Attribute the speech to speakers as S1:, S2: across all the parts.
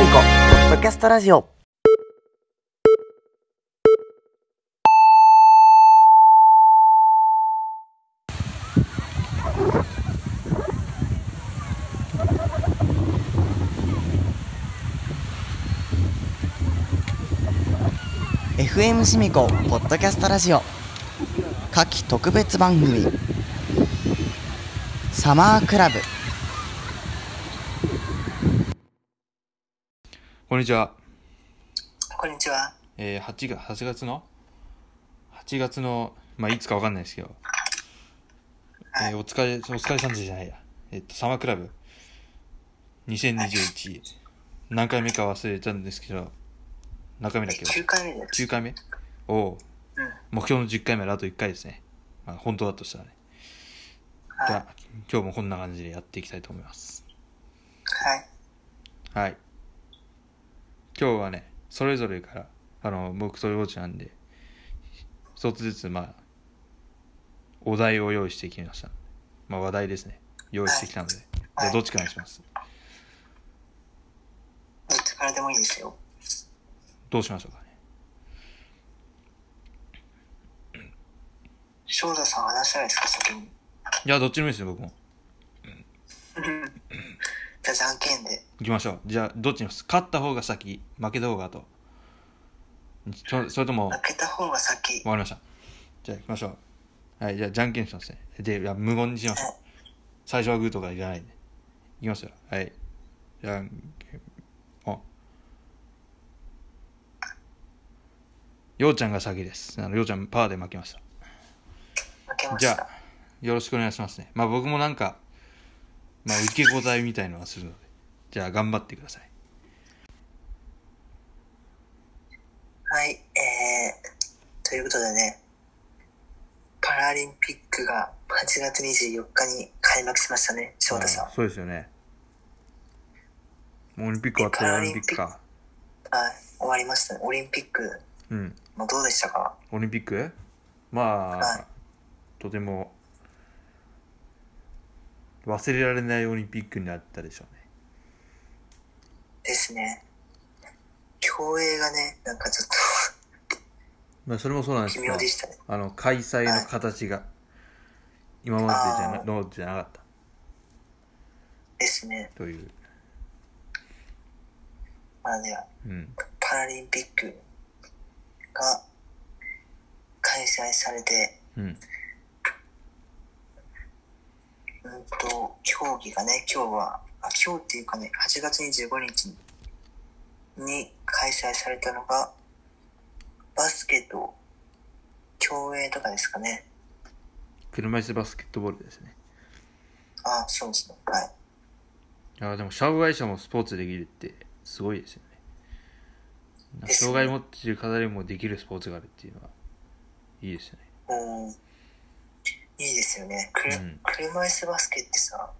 S1: キャストラジオ「FM シミコポッドキャストラジオ」夏季特別番組「サマークラブ」
S2: こんにちは。
S3: こんにちは。
S2: えー、8月、8月の ?8 月の、まあ、いつかわかんないですけど、えー、お疲れ、お疲れさんじゃないや。えっと、サマークラブ2021、何回目か忘れたんですけど、何回目だっけ
S3: 9回目です。
S2: ?9 回目を、
S3: うん
S2: 目標の10回目まであと1回ですね。まあ、本当だとしたらね。
S3: はい。
S2: じゃ
S3: は
S2: あ、今日もこんな感じでやっていきたいと思います。
S3: い。
S2: はい。今日はね、それぞれから、あの、僕とようちなんで、一つずつ、まあ、お題を用意してきました。まあ、話題ですね。用意してきたので。
S3: はい
S2: じゃあ、どっちからにします
S3: どっちからでもいいですよ。
S2: どうしましょうかね。
S3: 翔太さん話したいですか、先に。
S2: いや、どっちでもいいですね、僕も。
S3: じゃあ、じゃんけんで。
S2: 行きましょう。じゃあ、どっちにします勝った方が先、負けた方が後。そそれとも、わ
S3: 負けた方が先。
S2: かりました。じゃあ、行きましょう。はい、じゃあ、じゃんけんしますね。で、いや無言にしましょう。最初はグーとかいらないで。いきますよ。はい。じゃんけんあ。ようちゃんが先です。あの、ようちゃんパーで負けました。
S3: 負けま
S2: じ
S3: し
S2: ゃ
S3: た
S2: あ。、よろしくお願いしますね。まあ僕もなんか、まあ受け答えみたいのはするので。じゃあ頑張ってください。
S3: はい。えー、ということでね、パラリンピックが8月24日に開幕しましたね、翔太さん。
S2: あそうですよね。もうオリンピック終わった
S3: パ
S2: よ、オ
S3: ラ
S2: リ
S3: リ
S2: ン
S3: ン
S2: ピ
S3: ピ
S2: ッ
S3: ッ
S2: ク
S3: ク
S2: か。
S3: はい。終わりましたね。オリンピック、
S2: うん。
S3: もうどうでしたか
S2: オリンピックま
S3: はい
S2: あ、とても、忘れられないオリンピックになったでしょうね。
S3: ですね。競泳がね、なんかちょっ
S2: まあ、それ もそうなんで
S3: と
S2: す
S3: 微
S2: けど
S3: 妙で、したね。
S2: あの、開催の形が、今までじゃ
S3: あ
S2: な
S3: ー
S2: のじゃなかった
S3: ですね。
S2: という。
S3: まあでは、
S2: うん。
S3: パラリンピックが開催されて、
S2: うん。
S3: うんと、競技がね、今日は、あ、今日っていうかね、8月25日に開催されたのが、バスケと競泳とかですかね。
S2: 車椅子バスケットボールですね。
S3: あ、そうですね。はい。
S2: ああ、でも、障害者もスポーツできるって、すごいですよね。
S3: ですね
S2: 障害持っている方でもできるスポーツがあるっていうのは、いいですよね。
S3: うん。いいですよね。くる
S2: うん
S3: 車椅子バスケってさ、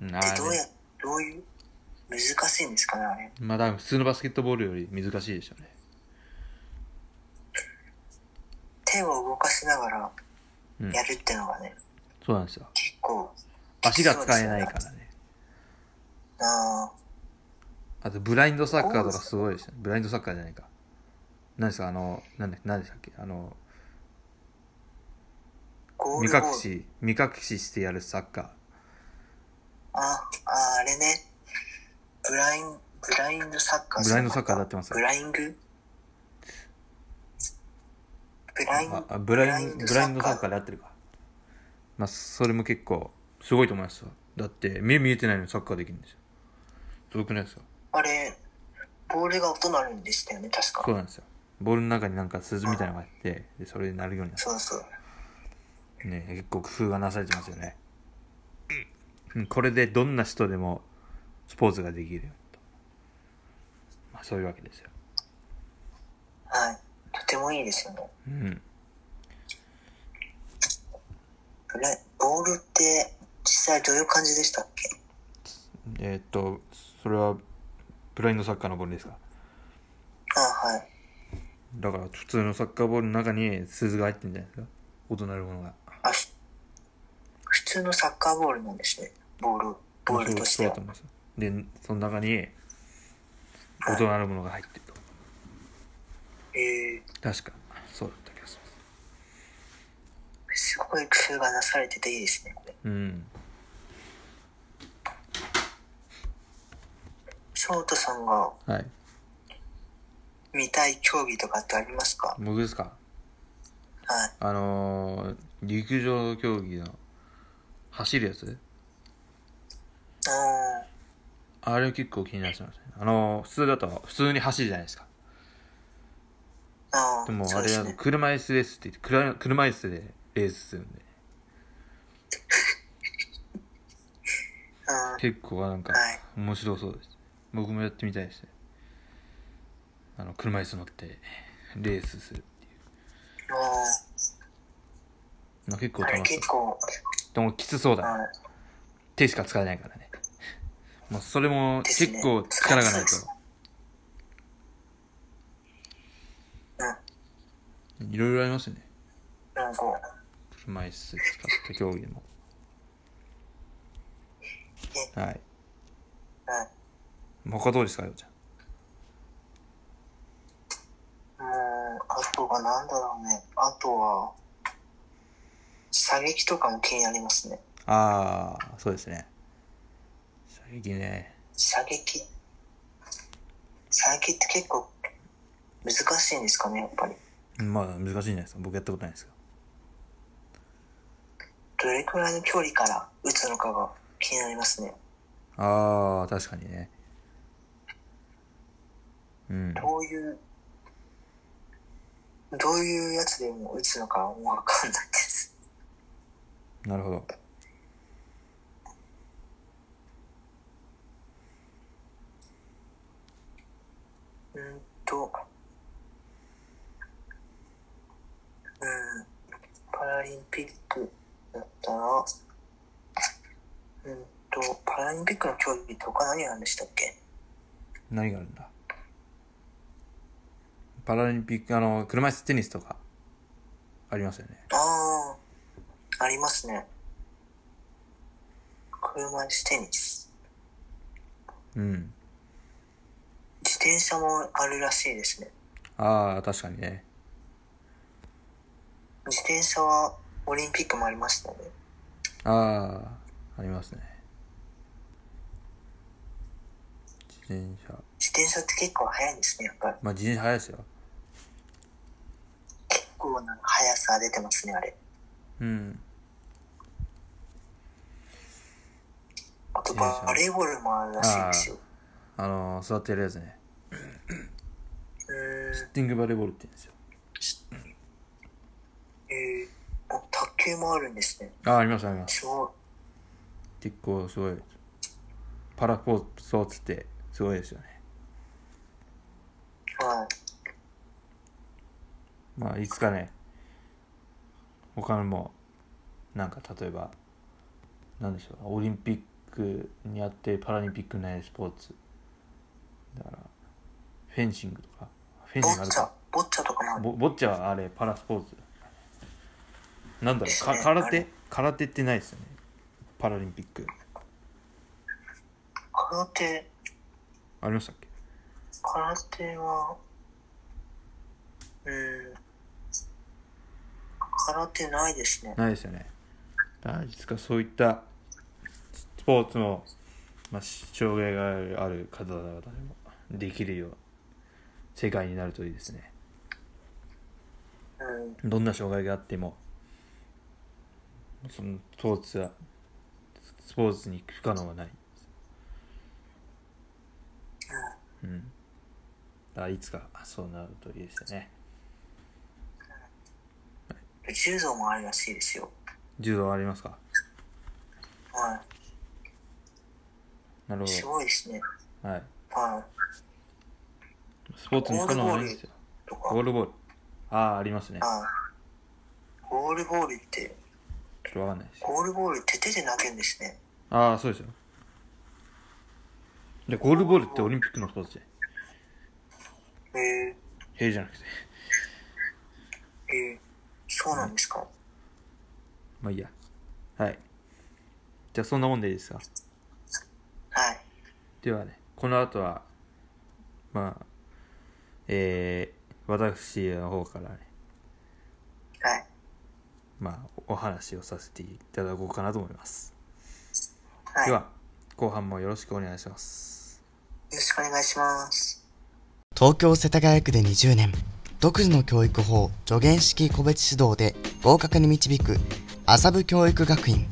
S2: うん、あ
S3: で
S2: ー
S3: どうや
S2: ね、
S3: どういう、難しいんですかね、あれ。
S2: まあ、多分普通のバスケットボールより難しいでしょうね。
S3: 手を動かしながら
S2: うん
S3: やるってのがね、
S2: そうなんですよ。
S3: 結構、
S2: 足が使えないからね。
S3: あ
S2: あと、ブラインドサッカーとかすごいですね。ブラインドサッカーじゃないか。何ですか、あの、なんだ何でしたっけ、あの、
S3: ーゴー
S2: 目
S3: ルボール
S2: 隠し、目隠ししてやるサッカ
S3: あ、ああれね。ブライン、ブラインドサッカー。
S2: ブラインドサッカーだってますよ
S3: ブライングブライン
S2: ー。あ、ブライン、ブラインドサッカーで合ってるか。まあ、それも結構、すごいと思いますよ。だって、目見えてないのにサッカーできるんですよ。すごくないですか
S3: あれ、ボールが音鳴るんでしたよね、確か。
S2: そうなんですよ。ボールの中になんか鈴みたいなのがあって、で、それで鳴るようになっ
S3: そうそう。
S2: て、ね、結構工夫がなされてますよね。うんこれでどんな人でも、スポーツができるよと。まあ、そういうわけですよ。
S3: はい。とてもいいですよね。
S2: うん。
S3: ブライボールって、実際どういう感じでしたっけ
S2: えーっと、それは、ブラインドサッカーのボールですか
S3: あはい。
S2: だから、普通のサッカーボールの中に鈴が入ってるんじゃないですか音鳴るものが。
S3: あ、ふ普通のサッカーボールなんですね。ボール、ボールとし
S2: そ
S3: て
S2: うだ
S3: は
S2: と。思いますよで、その中に、大人のものが入ってると
S3: えー、
S2: 確かそうだった気がします
S3: すごい工夫がなされてていいですね、これ。
S2: うん
S3: 翔太さんが
S2: はい
S3: 見たい競技とかってありますか
S2: 僕ですか
S3: はい。
S2: あのー、陸上競技の走るやつ
S3: あ
S2: あれ結構気になってましたねあのー、普通だと普通に走るじゃないですか
S3: ーあー、
S2: でも
S3: そ
S2: あ
S3: うで
S2: れ
S3: す
S2: は
S3: ね。
S2: 車椅子レースって言って車車椅子でレースするんで
S3: あー
S2: 結構なんか
S3: はい
S2: 面白そうです僕もやってみたいですねあの車椅子乗ってレースするってい
S3: あ
S2: うの結構
S3: ーあれ
S2: 楽し
S3: 結構、
S2: そうでもきつそうだ
S3: は
S2: ね
S3: い。
S2: 手しか使えないからねまあそれも
S3: ですね
S2: 結構力がない
S3: そううん。
S2: といろいろありますよね
S3: なんか、
S2: 車椅子使った競技もはい
S3: はい。
S2: 他どうですかようちゃん
S3: もう、あとはなんだろうね。あとは、射撃とかも気になりますね。
S2: ああそうですね射撃ね
S3: 射撃。射撃って結構難しいんですかね、やっぱり。
S2: まあ難しいんじゃないですか僕やったことないですけど
S3: どれくらいの距離から撃つのかが気になりますね。
S2: ああ確かにねうん
S3: どういう、どういうやつでも撃つのかもうわかんないです。
S2: なるほど
S3: うーんと、うん、パラリンピックだったら、うーんと、パラリンピックの競技とか何なんでしたっけ
S2: 何があるんだパラリンピックあの車椅子テニスとかありますよね
S3: ああ、ありますね。車椅子テニス。
S2: うん
S3: 自転車もあるらしいですね。
S2: ああ確かにね
S3: 自転車はオリンピックもありましたね。
S2: ああありますね自転車
S3: 自転車って結構速いんですね、やっぱり。
S2: まあ自転車速いですよ
S3: 結構な速さ出てますね、あれ。
S2: うん
S3: あと
S2: 自転車
S3: バレーボールもあるらしいんですよ。
S2: あの座ってやるやつね
S3: うーん
S2: シッティングバレーボールって言うんですよ
S3: えー、あ卓球もあるんですね。
S2: ああありますあります
S3: すごい。
S2: 結構すごいパラスポーツーツってすごいですよね
S3: はい。
S2: まあいつかね他のもなんか例えばなんでしょうオリンピックにあってパラリンピックにないスポーツだからフェンシングとかフェン
S3: ボ
S2: シングあ
S3: ッ
S2: る
S3: チャ
S2: か、
S3: ボッチャとかもある。
S2: ボボッチャはあれパラスポーツなんだろうか
S3: ですね
S2: 空
S3: あ
S2: 手
S3: れ
S2: 空手ってないですよねパラリンピック
S3: 空手、
S2: ありましたっけ
S3: 空手は、うーん。空手ないですね。
S2: ないですよねだからいつかそういったスポーツも、まあ、障害があるある方々でもできるような世界になるといいですね
S3: うん。
S2: どんな障害があってもそのスポーツはスポーツに不可能はないうんだからいつかそうなるといいですよね
S3: 柔道もあるらしいですよ。
S2: 柔道はありますか
S3: は
S2: なる
S3: い。す
S2: ほ
S3: ごいですね。
S2: どはい
S3: は
S2: スポーツに不可能はないんですよ
S3: い。とか
S2: ゴー。ルボールああありますね
S3: はい。ゴールボールって、
S2: ちょっとわかんないです
S3: ゴールボールって手で投げるんですね。
S2: ああそうですよでゴールボールってオリンピックのスポーツで
S3: へえ
S2: 塀じゃなくて
S3: ー、えー、そうなんですか。
S2: まあいいやはいじゃあそんなもんでいいですか
S3: はい。
S2: ではねこの後はまあ、えー、私の方からね、
S3: はい。
S2: まあ、お話をさせていただこうかなと思います。
S3: はい。
S2: で
S3: よ
S2: は、後半もよろしくお願いします。
S3: ろしくお願いします。
S1: 東京世田谷区で20年独自の教育法助言式個別指導で合格に導く麻布教育学院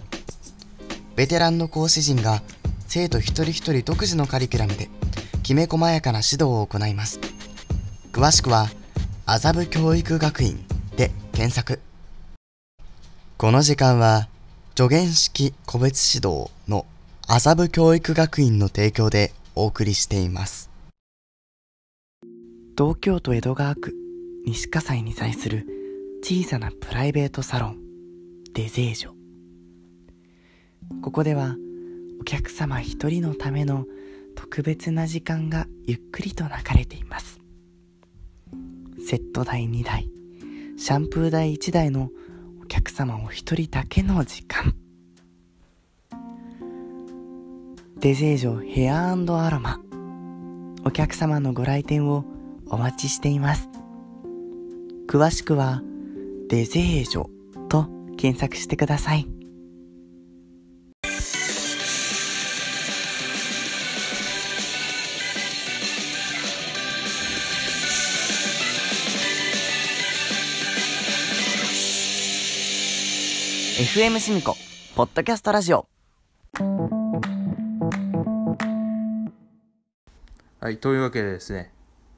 S1: ベテランの講師陣が生徒一人一人独自のカリキュラムできめ細やかな指導を行います詳しくは麻布教育学院で検索この時間は助言式個別指導の麻布教育学院の提供でお送りしています東京都江戸川区西葛西に在する小さなプライベートサロンデゼージョここではお客様一人のための特別な時間がゆっくりと流れていますセット台2台シャンプー台1台のお客様お一人だけの時間デゼージョヘアアロマお客様のご来店をお待ちしています。詳しくは、デゼージョと検索してください。FM すみこ、ポッドキャストラジオ。
S2: はい、というわけでですね、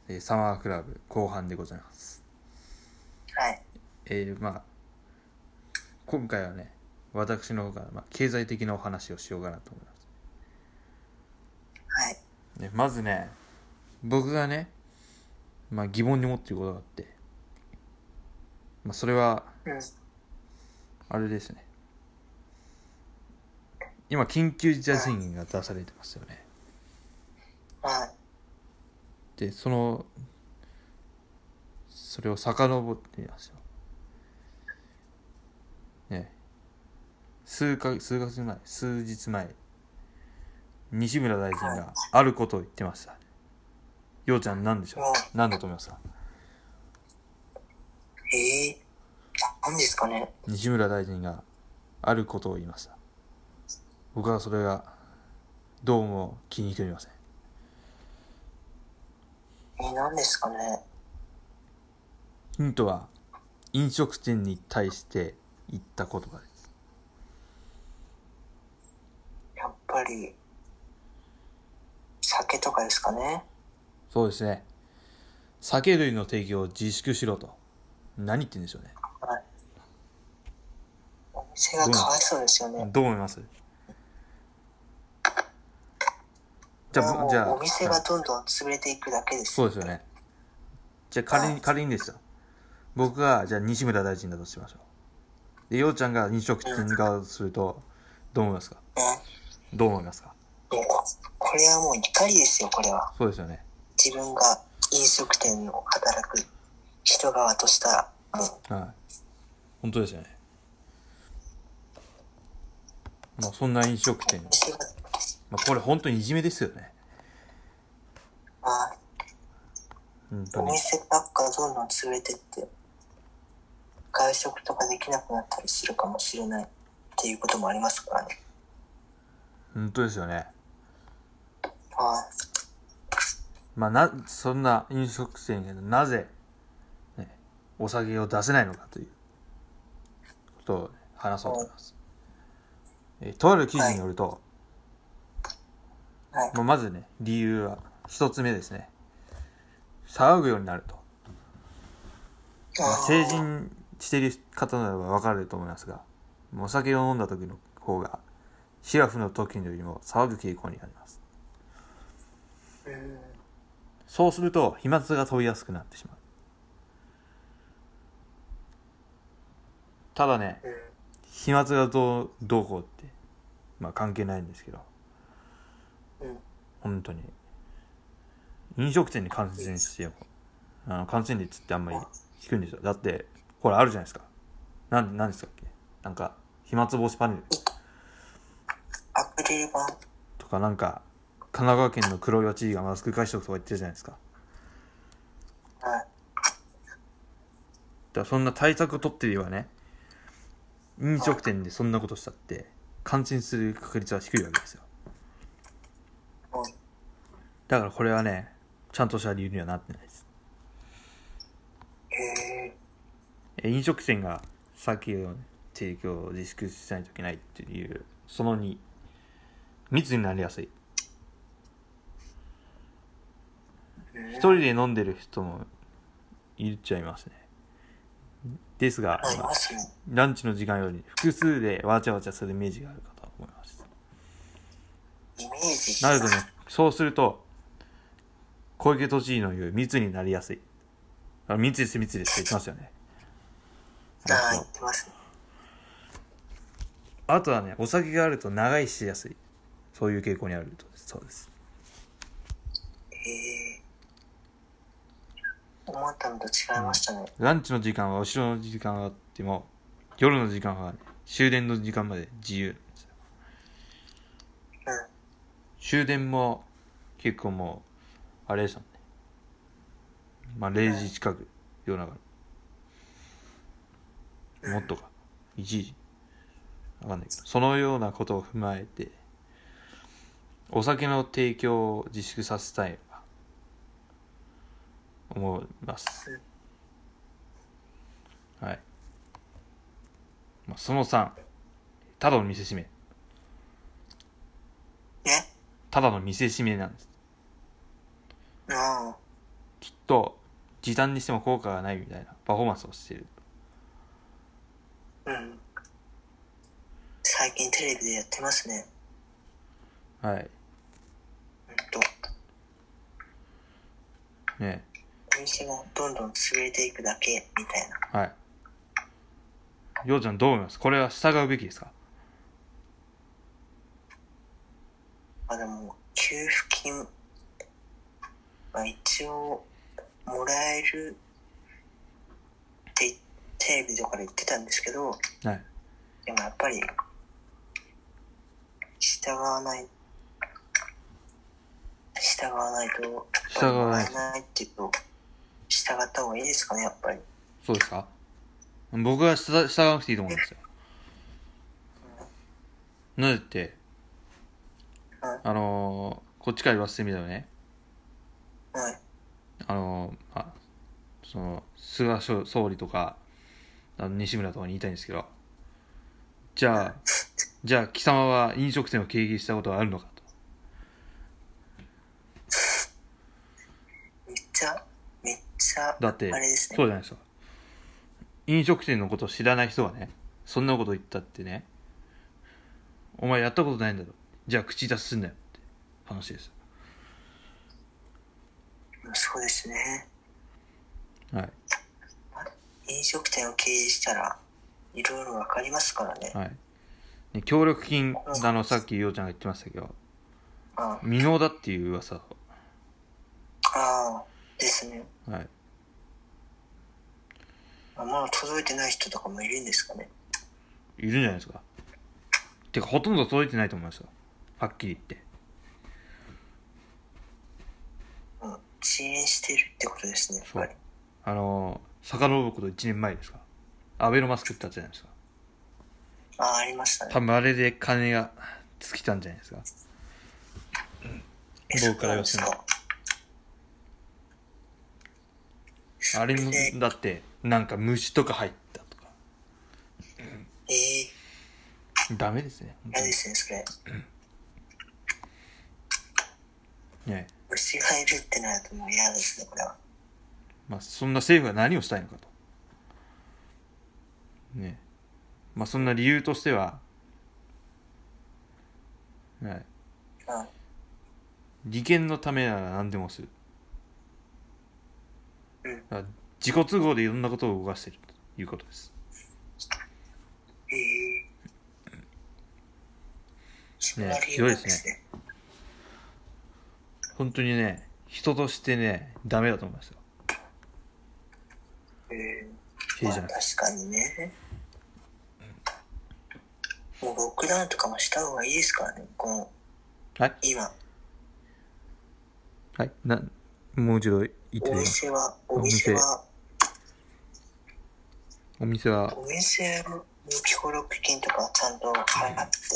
S2: えーサマークラブ後半でございます。
S3: はい。
S2: えー、まあ、今回はね、私の方から、まあ、経済的なお話をしようかなと思います。
S3: はい。
S2: ね、まずね、僕がね、まあ疑問に思っていることがあって、まあそれは、
S3: うん。
S2: あれですね。今、緊急事態宣言が出されてますよね。
S3: はい。
S2: で、その、それを遡ってみましょう。ね。数か、数ヶ月前、数日前、西村大臣があることを言ってました。ようちゃん、何でしょう何だと思いますか
S3: ええー。何ですかね
S2: 西村大臣があることを言いました僕はそれがどうも気に食いません
S3: えー、何ですかね
S2: ヒントは飲食店に対して言った言葉です
S3: やっぱり、酒とかですかね
S2: そうですね酒類の提供を自粛しろと何言ってんでしょうね
S3: はい。お店がかわいそうですよね。
S2: どう思いますじゃあ
S3: も
S2: ぶじゃあ
S3: うお店が
S2: はい
S3: どんどん潰れていくだけです。
S2: そうですよねじゃあ仮に仮にですよ僕がじゃあ西村大臣だとしましょうでようちゃんが飲食店側だとするとどう思いますか
S3: ね。
S2: どう思いますか
S3: もうここれはもう怒りですよ、これは。
S2: そうですよね
S3: 自分が飲食店を働く人側としたら、もう
S2: はい本当ですよねまあそんな飲食店
S3: お、店が、
S2: まあ、これ本当にいじめですよね
S3: あ
S2: 本当
S3: お
S2: に
S3: 店ばっかどんどん潰れてって、外食とかできなくなったりするかもしれないっていうこともありますからね。
S2: 本当ですよね
S3: はい。
S2: まあなそんな飲食店がなぜ、ね、お酒を出せないのかということをね、話そうと思います、えーとある記事によると、
S3: はい。
S2: まあまずね理由は一つ目ですね騒ぐようになると、まあ、成人している方ならば分かると思いますがお酒を飲んだ時の方がシラフの時よりも騒ぐ傾向になります
S3: うん
S2: そうすると飛沫が飛びやすくなってしまうただね
S3: うん
S2: 飛沫がどうどうこうってまあ関係ないんですけど
S3: うん
S2: 本当に飲食店に感染してもあの感染率ってあんまり低いんですよだってほらあるじゃないですかなんなんでしたっけなんか飛沫防止パネル
S3: アクリル板。
S2: とかなんか神奈川県の黒岩知事がマスク会食とか言ってるじゃないですかだからそんな対策を取ってればね、飲食店でそんなことしたって、感染する確率は低いわけですよ。
S3: うん
S2: だからこれはね、ちゃんとした理由にはなってないです。
S3: へえ
S2: え飲食店が酒を提供を自粛しないといけないっていう、その2、密になりやすい。一人で飲んでる人もいっちゃいますね。ですが、
S3: あり
S2: まあ
S3: ますね
S2: ランチの時間より複数でわちゃわちゃするイメージがあるかと思います。
S3: イメージ
S2: なるとね、そうすると、小池都知事の言う密になりやすい。あ密です、密ですって言ってますよね。
S3: ああ
S2: あ
S3: 言
S2: と
S3: ってますね
S2: あとはね、お酒があると長居しやすい。そういう傾向にあるとそうです。
S3: へえ思ったのと違いましたね、
S2: ランチの時間は後ろの時間はあっても、夜の時間は、ね、終電の時間まで自由なんですよ。
S3: うん
S2: 終電も結構もう、あれでしたもんね。まあ0時近く、夜中の。もっとか。1時。わかんないけど。そのようなことを踏まえて、お酒の提供を自粛させたいな思います。はい。まあ、その3、ただの見せしめ。
S3: ね
S2: ただの見せしめなんです。
S3: うん
S2: きっと時短にしても効果がないみたいなパフォーマンスをしている
S3: うん最近テレビでやってますね。
S2: はい
S3: うんと、
S2: ね
S3: お店がどんどん潰れていくだけ、みたいな。
S2: はいようちゃんどう思いますこれは従うべきですか
S3: まあでも、給付金は一応、もらえるってテレビとかで言ってたんですけど、
S2: はい
S3: でもやっぱり、従わない、従わないと、
S2: 従わない
S3: もらえないっていうと、従った方がいいですかね、やっぱり。
S2: そうですか僕は従従わなくていいと思うんですよなぜってあのーこっちから言わせてみたらね
S3: はい。
S2: あのーまあその菅総総理とかあの西村とかに言いたいんですけどじ ゃあじゃあ貴様は飲食店を経営したことはあるのかと
S3: めっちゃ、めっちゃ、
S2: だって、
S3: あれです
S2: そう
S3: ね。
S2: じゃないですか。飲食店のことを知らない人がね、そんなこと言ったってね、お前やったことないんだろ。じゃあ口出しすんなよって話です。
S3: そうですね。
S2: はい。
S3: 飲食店を経営したら、いろいろわかりますからね。
S2: はい。ね、協力金、あの、さっきようちゃんが言ってましたけど、
S3: あ
S2: 未納だっていう噂を。
S3: あー、ですね。
S2: はい。
S3: まだ届いてない人とかもいるんですかね。
S2: いるんじゃないですか。てか、ほとんど届いてないと思いますよ。はっきり言って。
S3: うん。遅延してるってことですね、やっ
S2: そ
S3: ぱ
S2: う
S3: り。。
S2: あの、遡ること1年前ですか。アベノマスクってあったじゃないですか。
S3: ああ、ありましたね
S2: 多。分あれで金が尽きたんじゃないですか。
S3: え
S2: 僕から言わせ
S3: そ
S2: てもら
S3: うなんですか
S2: あれも
S3: で、
S2: だって、なんか虫とか入ったとか。
S3: ええ
S2: ダメですね。本当
S3: 嫌ですね、それ。
S2: にね
S3: 虫がいるってなるともう嫌ですね、これは。
S2: まあ、そんな政府が何をしたいのかと。ねまあ、そんな理由としては、ね
S3: うん。
S2: 利権のためなら何でもする。
S3: うん
S2: だから自己都合でいろんなことを動かしているということです。
S3: ええそんな
S2: ね
S3: 理由なんですね。
S2: 本当にね、人としてね、ダメだと思いますよ。
S3: ええ
S2: 政治じゃ
S3: ま
S2: な
S3: あ
S2: くて。
S3: 確かにね。もうロックダウンとかもした方がいいですからね、この、
S2: はい
S3: 今、
S2: はい。な、もう一度言って
S3: お
S2: みます。
S3: 店は、
S2: お
S3: お
S2: 店
S3: 店は、
S2: お店は、
S3: お店の協力金とかはちゃんと払って、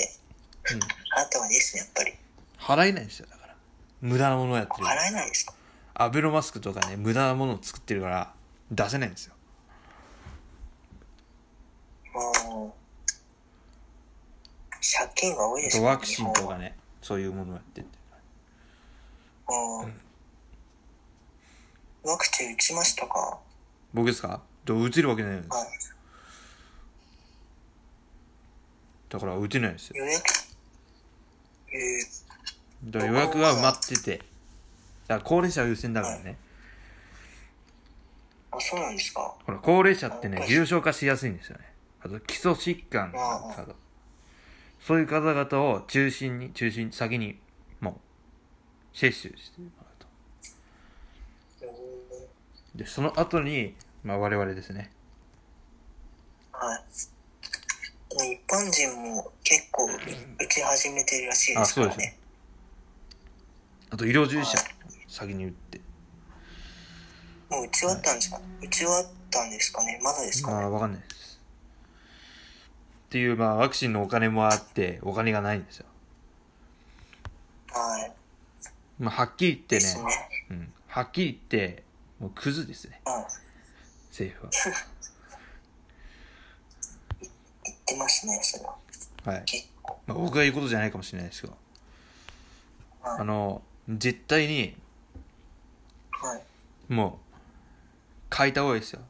S2: うん
S3: 払った方がいいですね、やっぱり。
S2: 払えないんですよ、だから。無駄なものをやってる。
S3: 払えないですか
S2: アベノマスクとかね、無駄なものを作ってるから、出せないんですよ。
S3: もう、借金が多いで
S2: あ
S3: す
S2: と
S3: ね
S2: ワクチンとかね、そういうものをやってて。
S3: 日本はうんワクチン打ちましたか
S2: 僕ですかどう打てるわけないんです
S3: は
S2: だから打てないんです
S3: い。
S2: よ。
S3: 予約えー
S2: だから予約が埋まってて。だから高齢者優先だからね。
S3: あ、そうなんですか
S2: ほら、高齢者ってね、重症化しやすいんですよね。あと、基礎疾患の方。そういう方々を中心に、中心、先に、もう、接種してもらうと。
S3: うん
S2: で、その後に、まあ、我々ですね。
S3: はい。もう一般人も結構打ち始めてるらしいですから
S2: あそうです
S3: ね。
S2: あと、医療従事者、先に打って。
S3: もう打ち終わったんですか打ち終わったんですかねまだですか
S2: ま
S3: ね
S2: あ、わかんないです。っていう、まあ、ワクチンのお金もあって、お金がないんですよ。
S3: はい。
S2: まあ、はっきり言
S3: で
S2: って
S3: すね
S2: ね、。うん。はっきり言って、もう、クズですね、
S3: はい。
S2: 政府
S3: 言ってますね、それは。
S2: は。はい。
S3: 結構。
S2: まあ、僕が言うことじゃないかもしれないですけど、あの、絶対に、
S3: はい。
S2: もう、変えた方がいいですよ。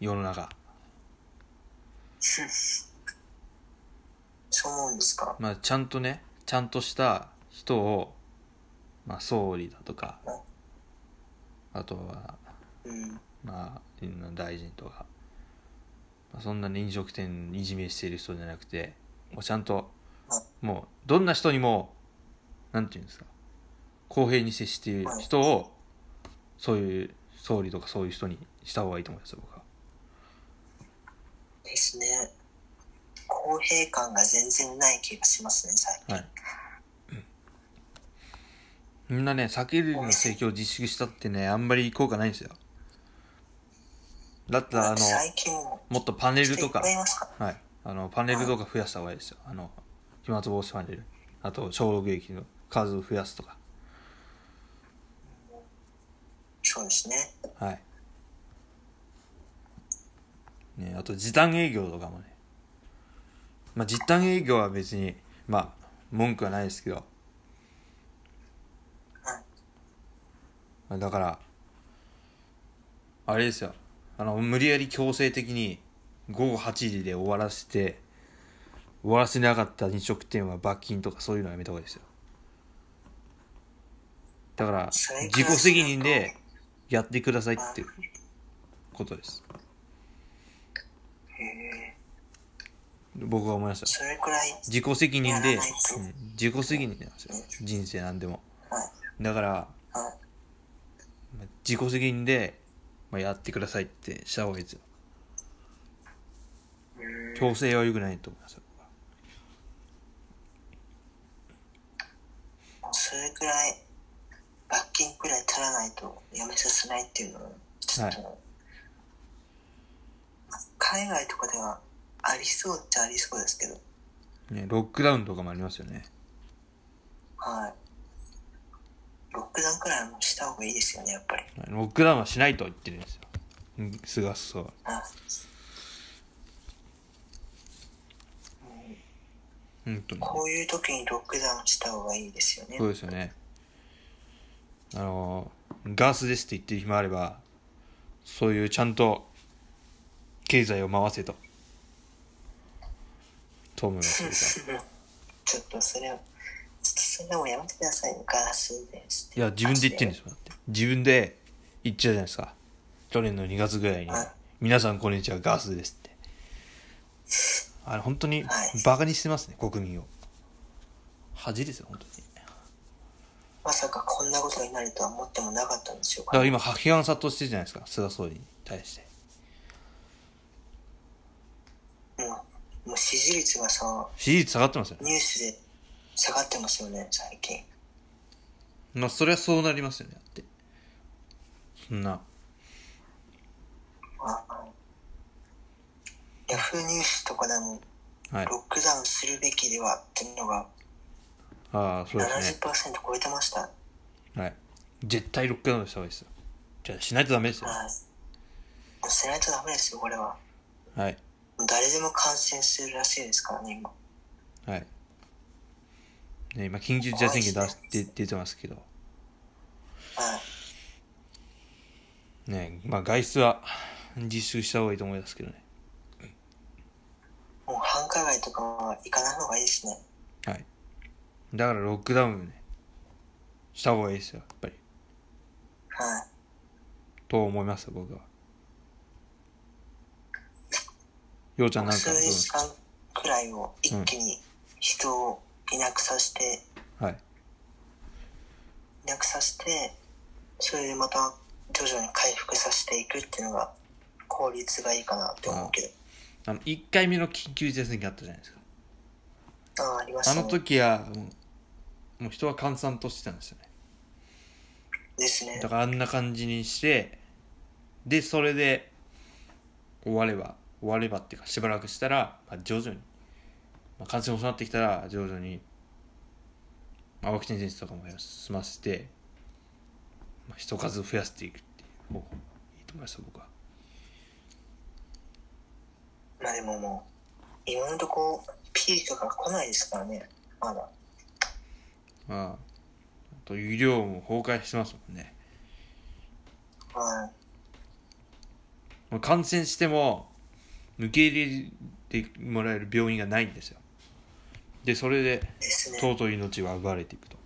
S2: 世の中。
S3: そう思うんですか
S2: まあ、ちゃんとね、ちゃんとした人を、まあ、総理だとか、あとは、
S3: うん。
S2: まあ、大臣とか、まあ、そんなに飲食店いじめしている人じゃなくて、もうちゃんと、もう、どんな人にも、なんていうんですか、公平に接している人を、そういう、総理とかそういう人にした方がいいと思います、僕は。
S3: ですね。公平感が全然ない気がしますね、最近。
S2: はい。みんなね、酒類の提供を自粛したってね、あんまり効果ないんですよ。だったら、あの、
S3: 最近も。
S2: もっとパネルとか
S3: 人いっぱいいますか
S2: はい。あの、パネルとか増やした方がいいですよ。あの、飛沫防止パネル。あと、消毒液の数を増やすとか。
S3: そうですね。
S2: はい。ね、あと、時短営業とかもね。まあ、時短営業は別に、まあ、文句はないですけど。まあだから、あれですよ。あの、無理やり強制的に午後8時で終わらせて、終わらせなかった飲食店は罰金とかそういうのはやめた方がいいですよ。だから、
S3: それ
S2: 自己責任でやってくださいっていうことです。僕は思いました。
S3: それくらい、
S2: 自己責任で、
S3: やらないと
S2: うん自己責任なんですよ。人生なんでも。
S3: はい。
S2: だから、
S3: はい。
S2: まあ自己責任で、まあ、やってくださいってした方がいいですよ。強制は良くないと思いますよ。
S3: それくらい、罰金くらい足らないとやめさせないっていうのは、ちょっと、海外とかではありそうっちゃありそうですけど、
S2: ね、ロックダウンとかもありますよね。
S3: はい。ロックダウンくらいはもうした方がいいですよね、やっぱり。
S2: ロックダウンはしないと言ってるんですよ。うん菅総理。
S3: はい。
S2: 本当に。
S3: こういう時にロックダウンした方がいいですよね。
S2: そうですよね。あの、ガスですって言ってる暇あれば、そういうちゃんと経済を回せと。と思います。僕は
S3: ちょっとそれを、ちょっとそれもやめてくださいよ、ガスです
S2: いや、自分で言ってるんですよ。だって自分で言っちゃうじゃないですか。去年の2月ぐらいに
S3: はい、
S2: 皆さんこんにちは、ガースですって。あれ、本当に
S3: はい
S2: バカにしてますね、国民を。恥ですよ、本当に。だ
S3: まさかこんなことになるとは思ってもなかったんでしょう
S2: か
S3: から
S2: 今、批判殺到してるじゃないですか、菅総理に対して。
S3: もうもう支持率がさ、
S2: 支持率下がってますよね。
S3: ニュースで下がってますよね、最近。
S2: まあ、それはそうなりますよね、だって。そんな。
S3: ああヤフーニュースとかでも、
S2: はい。
S3: ロックダウンするべきではっていうのが
S2: ああ、そうですね。
S3: 70%超えてました。
S2: はい。絶対ロックダウンした方がいいですよ。じゃあ、しないとダメですよ。
S3: はい。もうせないとダメですよ、これは。
S2: はい。
S3: 誰でも感染するらしいですからね、今。
S2: はい。ね、今、緊急事態宣言出して、出てますけど、
S3: はい。
S2: ね、まあ、外出は自粛した方がいいと思いますけどね。
S3: もう繁華街とかは行かない方がいいですね。
S2: はい。だから、ロックダウンね、した方がいいですよ、やっぱり。
S3: はい。
S2: と思いますよ、僕は。ようちゃんなんか
S3: 数
S2: どうで
S3: 日
S2: す
S3: 間くらいを一気に人をいなくさせて、
S2: かはい。
S3: いなくさせて、それでまた徐々に回復させていくっていうのが効率がいいかなって思うけど。
S2: あの、1回目の緊急事態宣言あったじゃないですか。
S3: ああ、ありまし
S2: あ
S3: た
S2: の
S3: ね。
S2: 時は、もうもう人は閑散としてたんですよね。
S3: ですね
S2: だ。からあんな感じにして、で、それで終われば、終わればっていうか、しばらくしたら、まあ、徐々に、まあ、感染も収まってきたら、徐々に、まあ、ワクチン接種とかも済ませて、まあ、人数を増やしていくっていう方法、いいと思いますよ、僕は。
S3: まあでももう、今のとこピークが来ないですからね、まだ。
S2: まあ、あと、医療も崩壊してますもんね。
S3: はい。
S2: まあ感染しても、受け入れてもらえる病院がないんですよ。で、それで、
S3: ですね。
S2: とうとう命は奪われていくと。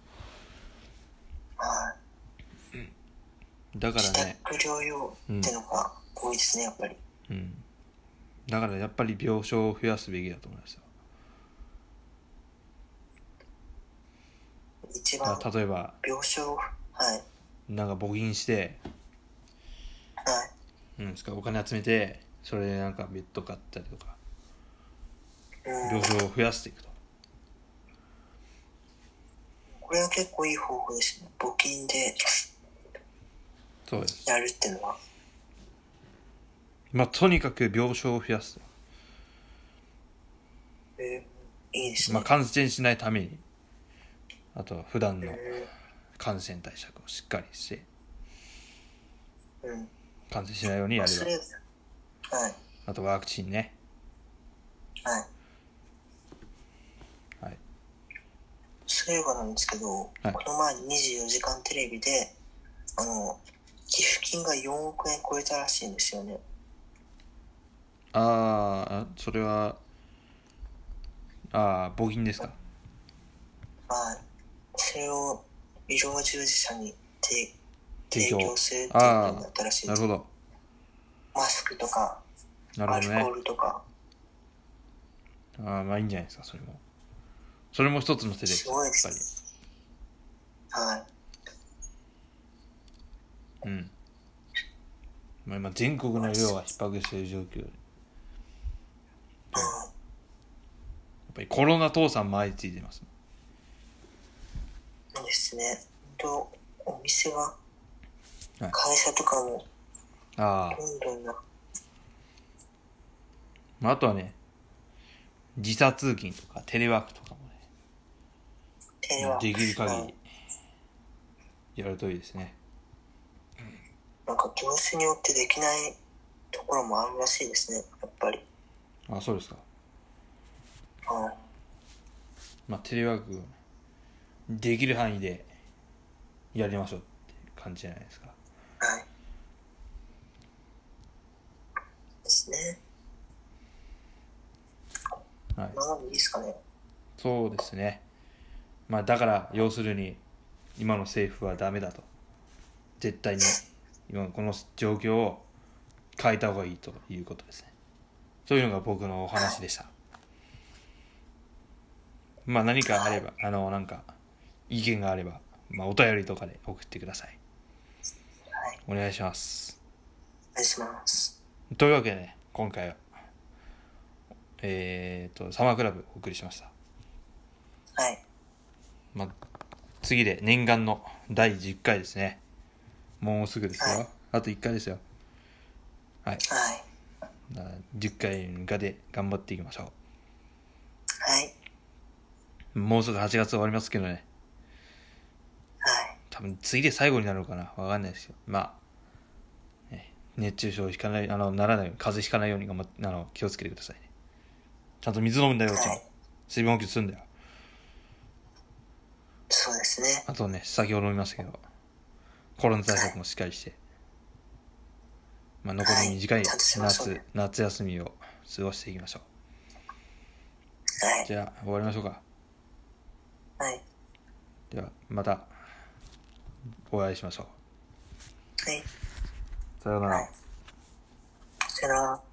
S3: はい。
S2: だから
S3: 自
S2: ね、
S3: 宅療養ってのが多いですね、やっぱり。
S2: うん、だからやっぱり病床を増やすべきだと思いますよ。
S3: 一
S2: だ
S3: 番
S2: から例えば、
S3: 病床、はい。はい。
S2: なんか募金して、なんですか、お金集めて、それでなんかベッド買ったりとか、
S3: うん
S2: 病床を増やしていくと。
S3: これは結構いい方法ですね。募金で
S2: そうです。
S3: やるっていうのは。
S2: まあ、とにかく病床を増やすと。
S3: うんいいですね。
S2: まあ、感染しないために、あとは普段の
S3: う
S2: 感染対策をしっかりして、
S3: んうん。
S2: 感染しないようにやれ
S3: それ
S2: ば。
S3: はい。
S2: あとワクチンね。
S3: はい。
S2: はい。
S3: そういえばなんですけど、
S2: はい
S3: この前24時間テレビで、あの、寄付金が4億円超えたらしいんですよね。
S2: あーあ、それは、ああ、募金ですか。
S3: はい。それを医療従事者に提
S2: 提
S3: 提
S2: 供
S3: 供するっていうことになったらしい
S2: な
S3: で
S2: る
S3: す
S2: ほ。ど。
S3: マスクとか、
S2: なるほ
S3: アル
S2: ど
S3: コ
S2: ね
S3: ー。ルとか、
S2: ああまあいいんじゃないですかそれもそれも一つの手ですやっ
S3: ごいで
S2: ぱり
S3: す。はい。
S2: うん、まあ、今全国の量が逼迫している状況でやっ
S3: うん
S2: ぱりコロナ倒産も相次いでます
S3: そうですね。本当お店が、
S2: はい
S3: 会社とかも
S2: ああ
S3: どんどんな、
S2: まああとはね時差通勤とかテレワークとかもね
S3: テレワーク
S2: できる
S3: は
S2: 限
S3: い
S2: りやるといいですね
S3: なんか業種によってできないところもあるらしいですね、やっぱり。
S2: ああそうですか
S3: はい。
S2: まあテレワークをできる範囲でやりましょうっていう感じじゃないですか
S3: はい。ですね。
S2: はい
S3: まあ、いいですかね。
S2: そうですね。まあだから、要するに、今の政府はダメだと。絶対に、今のこの状況を変えた方がいいということですね。というのが僕のお話でした。まあ何かあれば、あの、なんか、意見があれば、まあお便りとかで送ってください。
S3: はい。
S2: お願いします。
S3: お願いします。
S2: というわけでね、今回は、えっ、と、サマークラブお送りしました。
S3: はい。
S2: まあ、次で念願の第10回ですね。もうすぐですよ。あと1回ですよ。
S3: はい。
S2: だから10回に向かって頑張っていきましょ
S3: はい。
S2: うもうすぐ8月終わりますけどね
S3: はい。
S2: 多分次で最後になるのかなわかんないですけどまあ、ね熱中症ひかないあのならないように風邪ひかないように頑張ってあの気をつけてくださいねちゃんと水飲むんだよちゃん
S3: はい
S2: と水分補給するんだよ
S3: そうですね。
S2: あとね先ほども言いましたけどコロナ対策もしっかりして、まあ、残り短い
S3: はいちゃんとしましょう
S2: 夏夏休みを過ごしていきましょう
S3: はい。
S2: じゃあ終わりましょうか
S3: はい。
S2: ではまたお会いしましょ
S3: はい。
S2: うさようなら、
S3: はいさよなら。